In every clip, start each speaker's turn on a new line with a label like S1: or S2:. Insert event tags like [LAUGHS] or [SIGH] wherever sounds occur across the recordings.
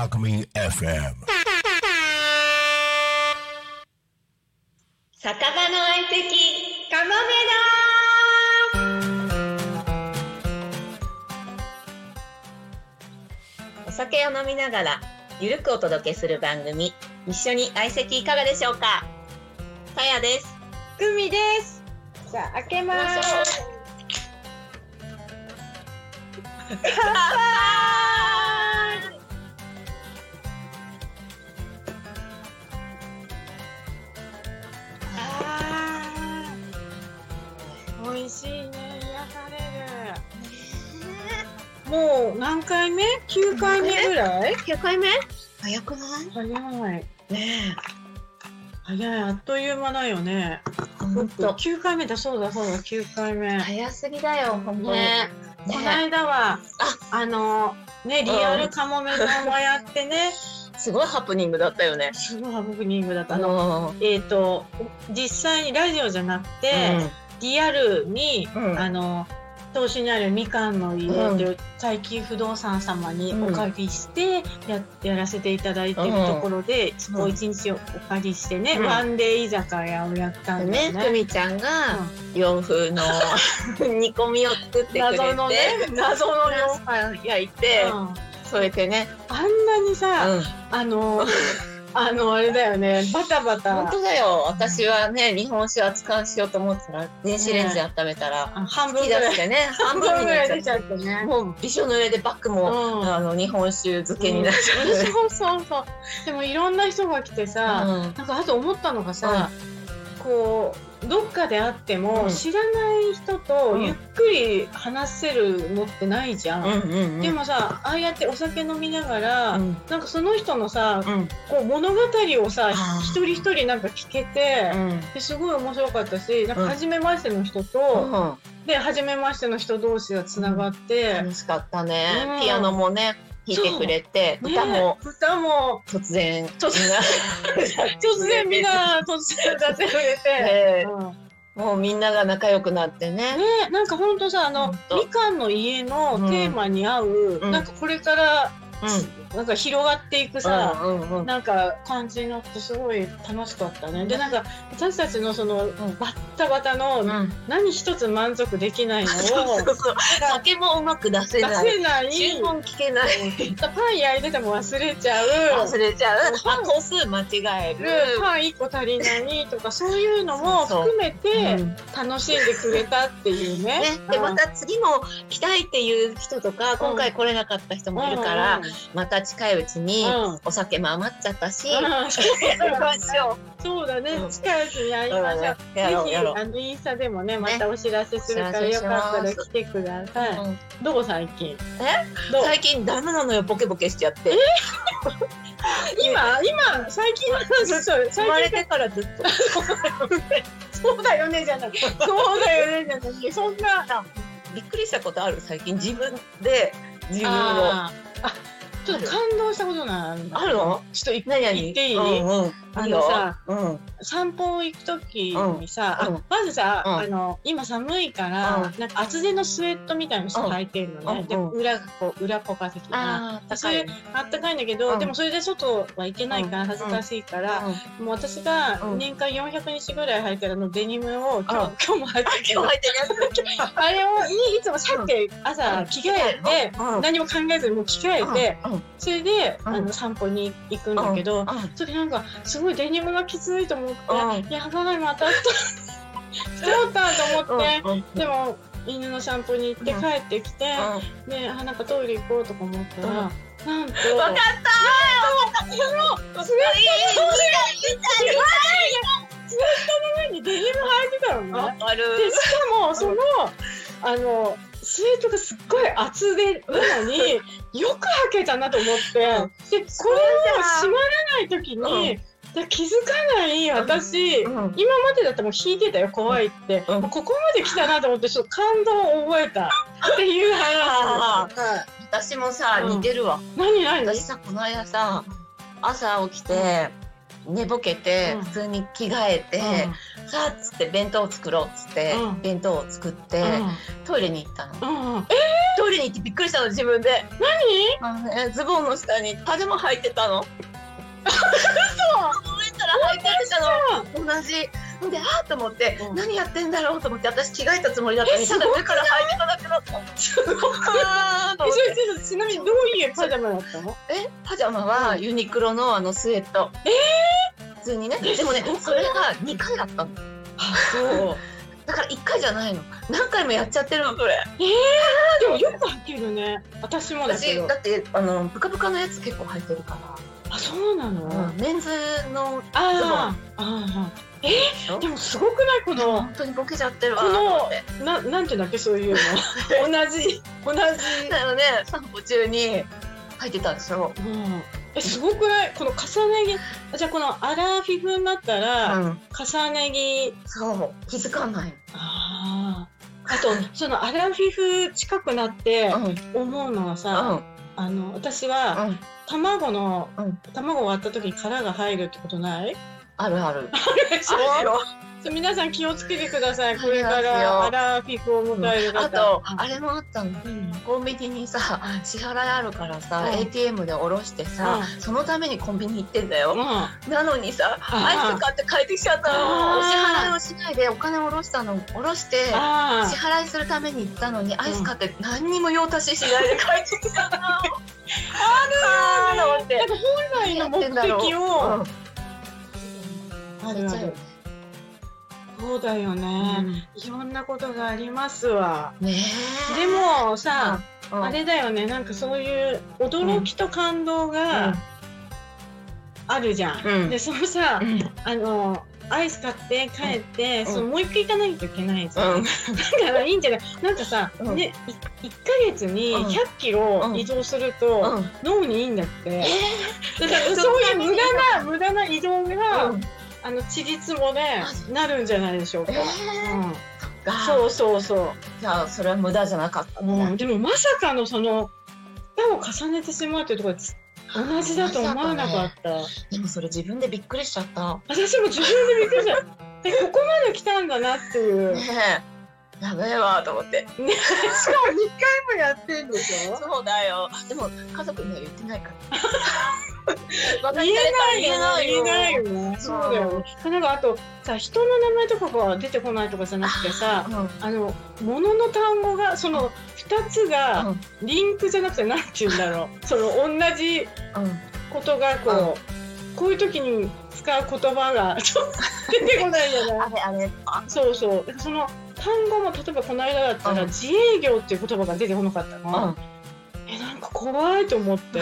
S1: Alchemy FM.
S2: 酒場の相席カモメだお酒を飲みながらゆるくお届けする番組一緒に相席いかがでしょうかさやです
S3: グミです。じゃあ、開けまーす。あー美味しいね。癒される。もう何回目 ?9 回目ぐらい
S2: 9回目早くない
S3: 早い。
S2: ね
S3: 早い。あっという間だよね。
S2: えほんと
S3: 9回目だ、そうだ、そうだ、9回目。
S2: 早すぎだよほんとにね
S3: ねこの間は、あの、ね、リアルカモメさんもやって [LAUGHS] ね、
S2: すごいハプニングだったよね
S3: すごいハプニングだった。
S2: あ
S3: あの、
S2: のー
S3: えっ、と、実際にラジオじゃなくて、リアルに、
S2: うん
S3: あの、投資にあるみかんの家という最近不動産様にお借りしてや,、やらせていただいてるところで、そこを一日お借りしてね、
S2: うん
S3: ワンデー居酒屋をやったんだ
S2: ねふ
S3: よ、ね。
S2: みちゃんが洋風の煮込みを作ってくれて
S3: 謎のね
S2: 謎の洋飯焼いて、
S3: うん
S2: それでね、
S3: あんなに
S2: うん
S3: さ、、あ [LAUGHS] のあのあれだよねバタバ
S2: 本
S3: タ
S2: 当だよ私はね日本酒扱うしようと思ってたら電子レンジで温めたら、
S3: あ半
S2: 引
S3: 分
S2: き
S3: ぐ
S2: 出
S3: ら
S2: し
S3: い
S2: てね半
S3: 半
S2: 分
S3: 分
S2: に
S3: ぐら
S2: なっ
S3: い
S2: ちゃって
S3: 出ちゃってね。
S2: もうびしょ濡れでバッグも、
S3: うん
S2: あの日本酒漬けになっちゃう、
S3: うんそうそうそうでもいろんな人が来てさ、
S2: うん
S3: なんかあと思ったのがさ、こうどっかであっても、
S2: うん
S3: 知らない人とゆっくり話せるのってないじゃん、
S2: うんうんうん
S3: でもさああやってお酒飲みながら、
S2: うん
S3: なんかその人のさ、
S2: うん
S3: こう物語をさ
S2: あー
S3: 一人一人なんか聞けて、
S2: うん
S3: ですごい面白かったしなんか初めましての人と、
S2: うん
S3: で初めましての人同士がつながって、
S2: 楽しかったね、
S3: うん
S2: ピアノもね弾いてくれて、
S3: ね
S2: 歌も
S3: 歌も
S2: 突然
S3: 突
S2: [LAUGHS]
S3: 然突然みんな突然出せく
S2: [LAUGHS]
S3: れて、
S2: え
S3: うん
S2: ーもうみんなが仲良くなってね。
S3: ねなんかほんとさあの
S2: ほんと
S3: みかんの家のテーマに合う、
S2: うん
S3: なんかこれから、
S2: うん、
S3: なんか広がっていくさ、
S2: うんうんうん
S3: なんか感じになってすごい楽しかったね。でなんか私たちのそのバッタバタの
S2: うん、
S3: 何一つ満足できない
S2: [LAUGHS]
S3: の
S2: そう
S3: を
S2: そうそう酒もうまく出せ
S3: 出
S2: ない
S3: せない。
S2: 注文聞けない
S3: パン焼いてても忘れちゃう。
S2: 忘れちゃうあ個数間違える、
S3: パン1個足りないとかそういうのも
S2: そうそう
S3: 含め
S2: う
S3: て
S2: んね、
S3: 楽しんでくれたっていうね。
S2: でまた次も来たいっていう人とか今回来れなかった人もいるから、
S3: うんうん
S2: また近いうちに
S3: うん
S2: お酒も余っちゃったし、や
S3: うん
S2: りましょ
S3: そうだね
S2: うん、
S3: 近いうちに会
S2: う
S3: いましょう。ぜ
S2: うんやろう
S3: ひ
S2: やろう
S3: あのインスタでもねまたお知らせするから
S2: お知らせ
S3: よ
S2: します
S3: かったら来てください。
S2: うん
S3: どう最近？
S2: え
S3: どう？
S2: 最近ダメなのよボケボケしちゃって
S3: 今今最近の話そう
S2: 生ま
S3: 最
S2: れ
S3: 近
S2: てからずっと
S3: そうだよねじゃなくてそうだよねじゃなくてそんな
S2: びっくりしたことある最近自分で自分を
S3: あーあちょっと感動したことない
S2: あるの
S3: ちょっとい
S2: 何々
S3: 言っていい
S2: うんうん、
S3: あ
S2: いいよ
S3: のさ
S2: うんうん
S3: 散歩行く時にさ、
S2: うん
S3: あまずさ、
S2: うん
S3: あの今寒いから、
S2: うん
S3: なんか厚手のスウェットみたいのしか履いてるのね、
S2: うん
S3: で
S2: うん
S3: 裏がこう裏ポカ席が
S2: あー
S3: そ
S2: 高
S3: れ
S2: いね
S3: あったかいんだけど、
S2: うん
S3: でもそれで外は行けないから恥ずかしいから、もう私が
S2: うん
S3: 年間400日ぐらい履いてるあのデニム
S2: う
S3: を今日,、
S2: ん
S3: 今日も履いてるけ
S2: 今日
S3: ど
S2: 入ってるやつ
S3: あれをいいつもさっき朝着替えて、
S2: うん
S3: 何も考えずにもう着替えて、
S2: うんうん
S3: それで、
S2: うん
S3: あの散歩に行くんだけど、それなんかすごいデニムがきついと思って、
S2: う
S3: やばいま
S2: [LAUGHS]
S3: た太ったと思って、
S2: うんうん
S3: でも犬の散歩に行って
S2: うん
S3: 帰ってきて、であなんかトイレ行こうとか思ったら、
S2: うん
S3: なんと
S2: 分かった
S3: スウェットの上にデニム履いてたの
S2: わ
S3: ね。
S2: かる
S3: でしかもその、あのスウェットがすっごい厚手な
S2: [LAUGHS]
S3: のによく履けたなと思って、
S2: うん
S3: でこれを閉まらない時に、で気づかない私、
S2: うん
S3: 今までだってもう引いてたよ怖いって、
S2: うん
S3: もうここまで来たなと思ってちょっと感動を覚えたっていう話です。はい
S2: 私もさ
S3: うん
S2: 似てるわ
S3: 何何
S2: 私さこの間さ朝起きて寝ぼけて、
S3: うん
S2: 普通に着替えて、さあっつって弁当を作ろうっつって、
S3: うん
S2: 弁当を作って、トイレに行ったの、
S3: うんうんうん
S2: トイレに行ってびっくりしたの自分で何、えズボンの下にパジャマ履いてたのそう上から履いてたの同じほんであーと思って、
S3: うん
S2: 何やってんだろうと思って私着替えたつもりだったのに
S3: え
S2: ただ上から履いてただけだったの [LAUGHS] すごくなーと
S3: え
S2: 思っ [LAUGHS]
S3: それ
S2: て
S3: ちょっとちなみにどういうパジャマだったの
S2: えパジャマはユニクロのあのスウェットええ普通にねでもね
S3: すごい
S2: それが2回だったの
S3: そう
S2: だから1回じゃないの何回もやっちゃってるのそれ
S3: [LAUGHS] でもよく履けるね私もだけ
S2: 私
S3: ど
S2: だってあのブカブカのやつ結構履いてるか
S3: あそうなの、
S2: ら、メンズの
S3: あああああでもすごくないこの
S2: 本当にボケちゃってるわ
S3: この
S2: って
S3: ななんていうんだっけそういう
S2: [LAUGHS]
S3: の同じ同じ、
S2: だよね散歩中に入ってたんでしょ
S3: うん、えすごくないこの重ね着あじゃあこのアラフィフになったら、
S2: ん
S3: 重ね着
S2: そう気づかない
S3: あああとそのアラフィフ近くなって
S2: うんうん
S3: 思うのはさ、あの私は
S2: うん
S3: 卵の、
S2: うん
S3: 卵を割った時に殻が入るってことない
S2: あるある
S3: [LAUGHS] そうそう皆さん気をつけてくださいこれか
S2: ありますよ
S3: らアラフィフを迎える
S2: あ
S3: 方、
S2: とあれもあったの
S3: うん
S2: コンビニにさ支払いあるからさ、
S3: うん
S2: ATM で下ろしてさ、そのためにコンビニ行ってんだよ、
S3: うん
S2: なのにさアイス買って帰ってきちゃったの
S3: あー
S2: お支払いをしないでお金を下ろしたの下ろして
S3: あ
S2: 支払いするために行ったのにアイス買って何にも用足ししないで帰ってきちゃったのあるあーと思って
S3: なんか本来の目的をあ
S2: うん忘れ
S3: る
S2: ち
S3: あ
S2: ゃうよ
S3: るそうだよね、いろんなことがありますわ
S2: ね
S3: でもさ、
S2: うん
S3: あれだよねなんかそういう驚きと感動
S2: うん
S3: があるじゃん、
S2: うん
S3: でそのさ、
S2: うん
S3: あのアイス買って帰っ
S2: う
S3: て、
S2: ん
S3: そのもう一回行かないといけないじゃん、
S2: うん
S3: だからいいんじゃないなんかさ、
S2: うん
S3: ねい1ヶ月に
S2: うん
S3: 100キロ移動すると
S2: うん
S3: 脳にいいんだって、
S2: え
S3: だからそういう無駄な無駄な移動が、
S2: ーうん
S3: あのちりつもでなるんじゃないでしょうか、
S2: えー
S3: うん
S2: そ
S3: そううそうそ
S2: じゃあそれは無駄じゃなかった
S3: う、
S2: んだ
S3: うん、でもまさかのその蓋を重ねてしまうというところで同じだと思わなかった、
S2: でもそれ自分でびっくりしちゃった
S3: 私も自分でびっくりしたえここまで来たんだなっていう
S2: ね
S3: し
S2: えやべえわと思って
S3: かも2回もやってんでしょ
S2: そうだよ。でも家族には言ってない
S3: [LAUGHS]
S2: から。
S3: 言えない
S2: 言
S3: よ言
S2: えな
S3: えないい
S2: よ。
S3: よねそうだよねなんかあとさ人の名前とかが出てこないとかじゃなくてさあの物の単語がその2つがリンクじゃなくてなんて言うんだろうそ [LAUGHS] の同じ
S2: うん。うん。
S3: ことがこう、こういう時に使う言葉が [LAUGHS] ちょっと出てこないじゃな
S2: あ
S3: い
S2: れあれ。あ
S3: そうそうその単語も例えばこの間だったら
S2: うん
S3: 自営業っていう言葉が出てこなかったの、えなんか怖いと思って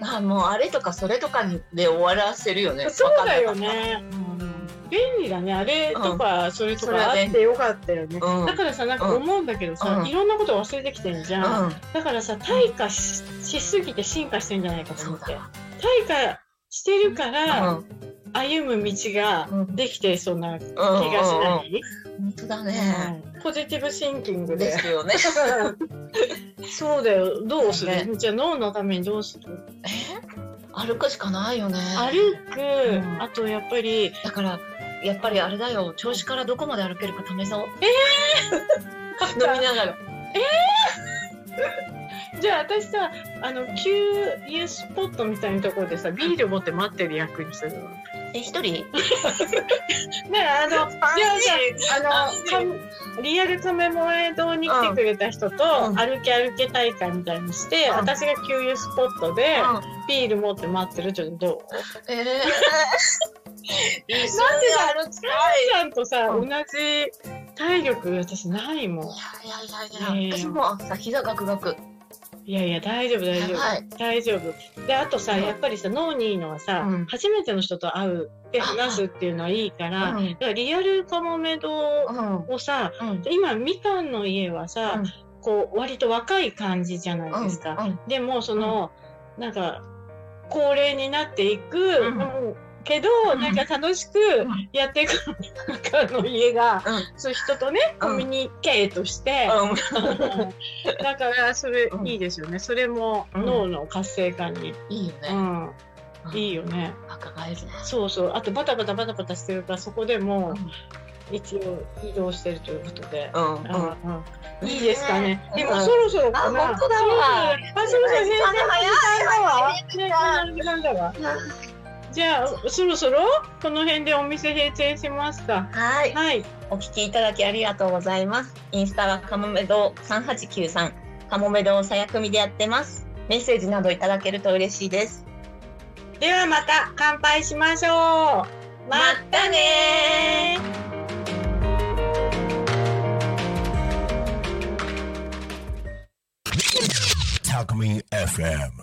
S2: うん。あもうあれとかそれとかにで終わらせるよね。
S3: そうだよ
S2: わ
S3: ね
S2: かんなかっ
S3: 便利だねあれとか、それと
S2: それ
S3: かあ
S2: は
S3: っ
S2: 便利
S3: てよかったよね
S2: た。うん。
S3: だからさなんか思うんだけどさ、
S2: うん
S3: いろんなこと忘れてきてんじゃん、
S2: うん。
S3: だからさ退化ししすぎて進化してんじゃないかと
S2: そ
S3: 思っ
S2: う
S3: て
S2: だ
S3: 退
S2: わ。
S3: 化してるから、
S2: うん。
S3: 歩む道ができてそうな
S2: 気
S3: 気がしない、
S2: 本当だね。
S3: ポジティブシンキング
S2: で
S3: で。
S2: すよね。
S3: [LAUGHS] そうだよ。どうする、
S2: ね
S3: じゃあ脳のためにどうする
S2: え？歩くしかないよね。
S3: 歩く、
S2: ん
S3: あとやっぱり
S2: だから。やっぱりあれだよ調子からどこまで歩けるか試そう [LAUGHS] 飲みながら
S3: じゃあ私さあの給油スポットみたいなところでさビール持って待ってる役にするの。ね
S2: え一人
S3: あのじゃあ
S2: あ
S3: さあのかリアルカメモエ堂に来てくれた人と、
S2: うん
S3: 歩き歩け大会みたいにして、
S2: うん
S3: 私が給油スポットで、
S2: うん
S3: ビール持って待ってるちょっとどう
S2: [LAUGHS] ええ一緒に歩きた
S3: さんとさ、
S2: うん
S3: 同じ体力私ないも
S2: い。いやいやいやい
S3: ね
S2: や。
S3: え
S2: 私もさ膝ガクガク。
S3: んいやいや大丈夫大
S2: や
S3: 丈夫、
S2: ばい。
S3: 大丈夫であとさ、
S2: うん
S3: やっぱりさ脳にいいのはさ、
S2: うん
S3: 初めての人と会うって話すっていうのはいいから、だからリアルカモメ
S2: う
S3: 堂
S2: んうん
S3: をさ
S2: うん
S3: 今みかんの家はさ、
S2: うん
S3: こう割と若い感じじゃないですか、
S2: うん
S3: でもその、なんか高齢になっていく、
S2: うん
S3: うんけど、
S2: ん
S3: なんか楽しく
S2: ん
S3: やっていく、中の家が、
S2: うん
S3: そういう人とね、
S2: うん
S3: コミュニケートして、 [LAUGHS] だからそれ、
S2: うん
S3: いいですよねそれも
S2: うん
S3: 脳の活性化に、
S2: いいよ
S3: う
S2: ね。
S3: んいいよね。
S2: 若返るね。
S3: そうそう。あとバタバタバタバタしてるからそこでも
S2: うん
S3: う一応移動してるということで。
S2: うんうん。
S3: あ
S2: あ、
S3: うんいいですかね。
S2: うん
S3: でもそろそろか
S2: 本
S3: な。
S2: 当だわ。
S3: あ、そうそう、先生、
S2: 早い
S3: ね、なんだなんだわ。じゃあ、そろそろこの辺でお店閉店しますか。
S2: はい。
S3: はい。
S2: お聞きいただきありがとうございます。インスタはかもめ堂三八九三かもめ堂さやくみでやってます。メッセージなどいただけると嬉しいです。
S3: ではまた乾杯しましょう。
S2: またねー。
S1: Talk Me FM.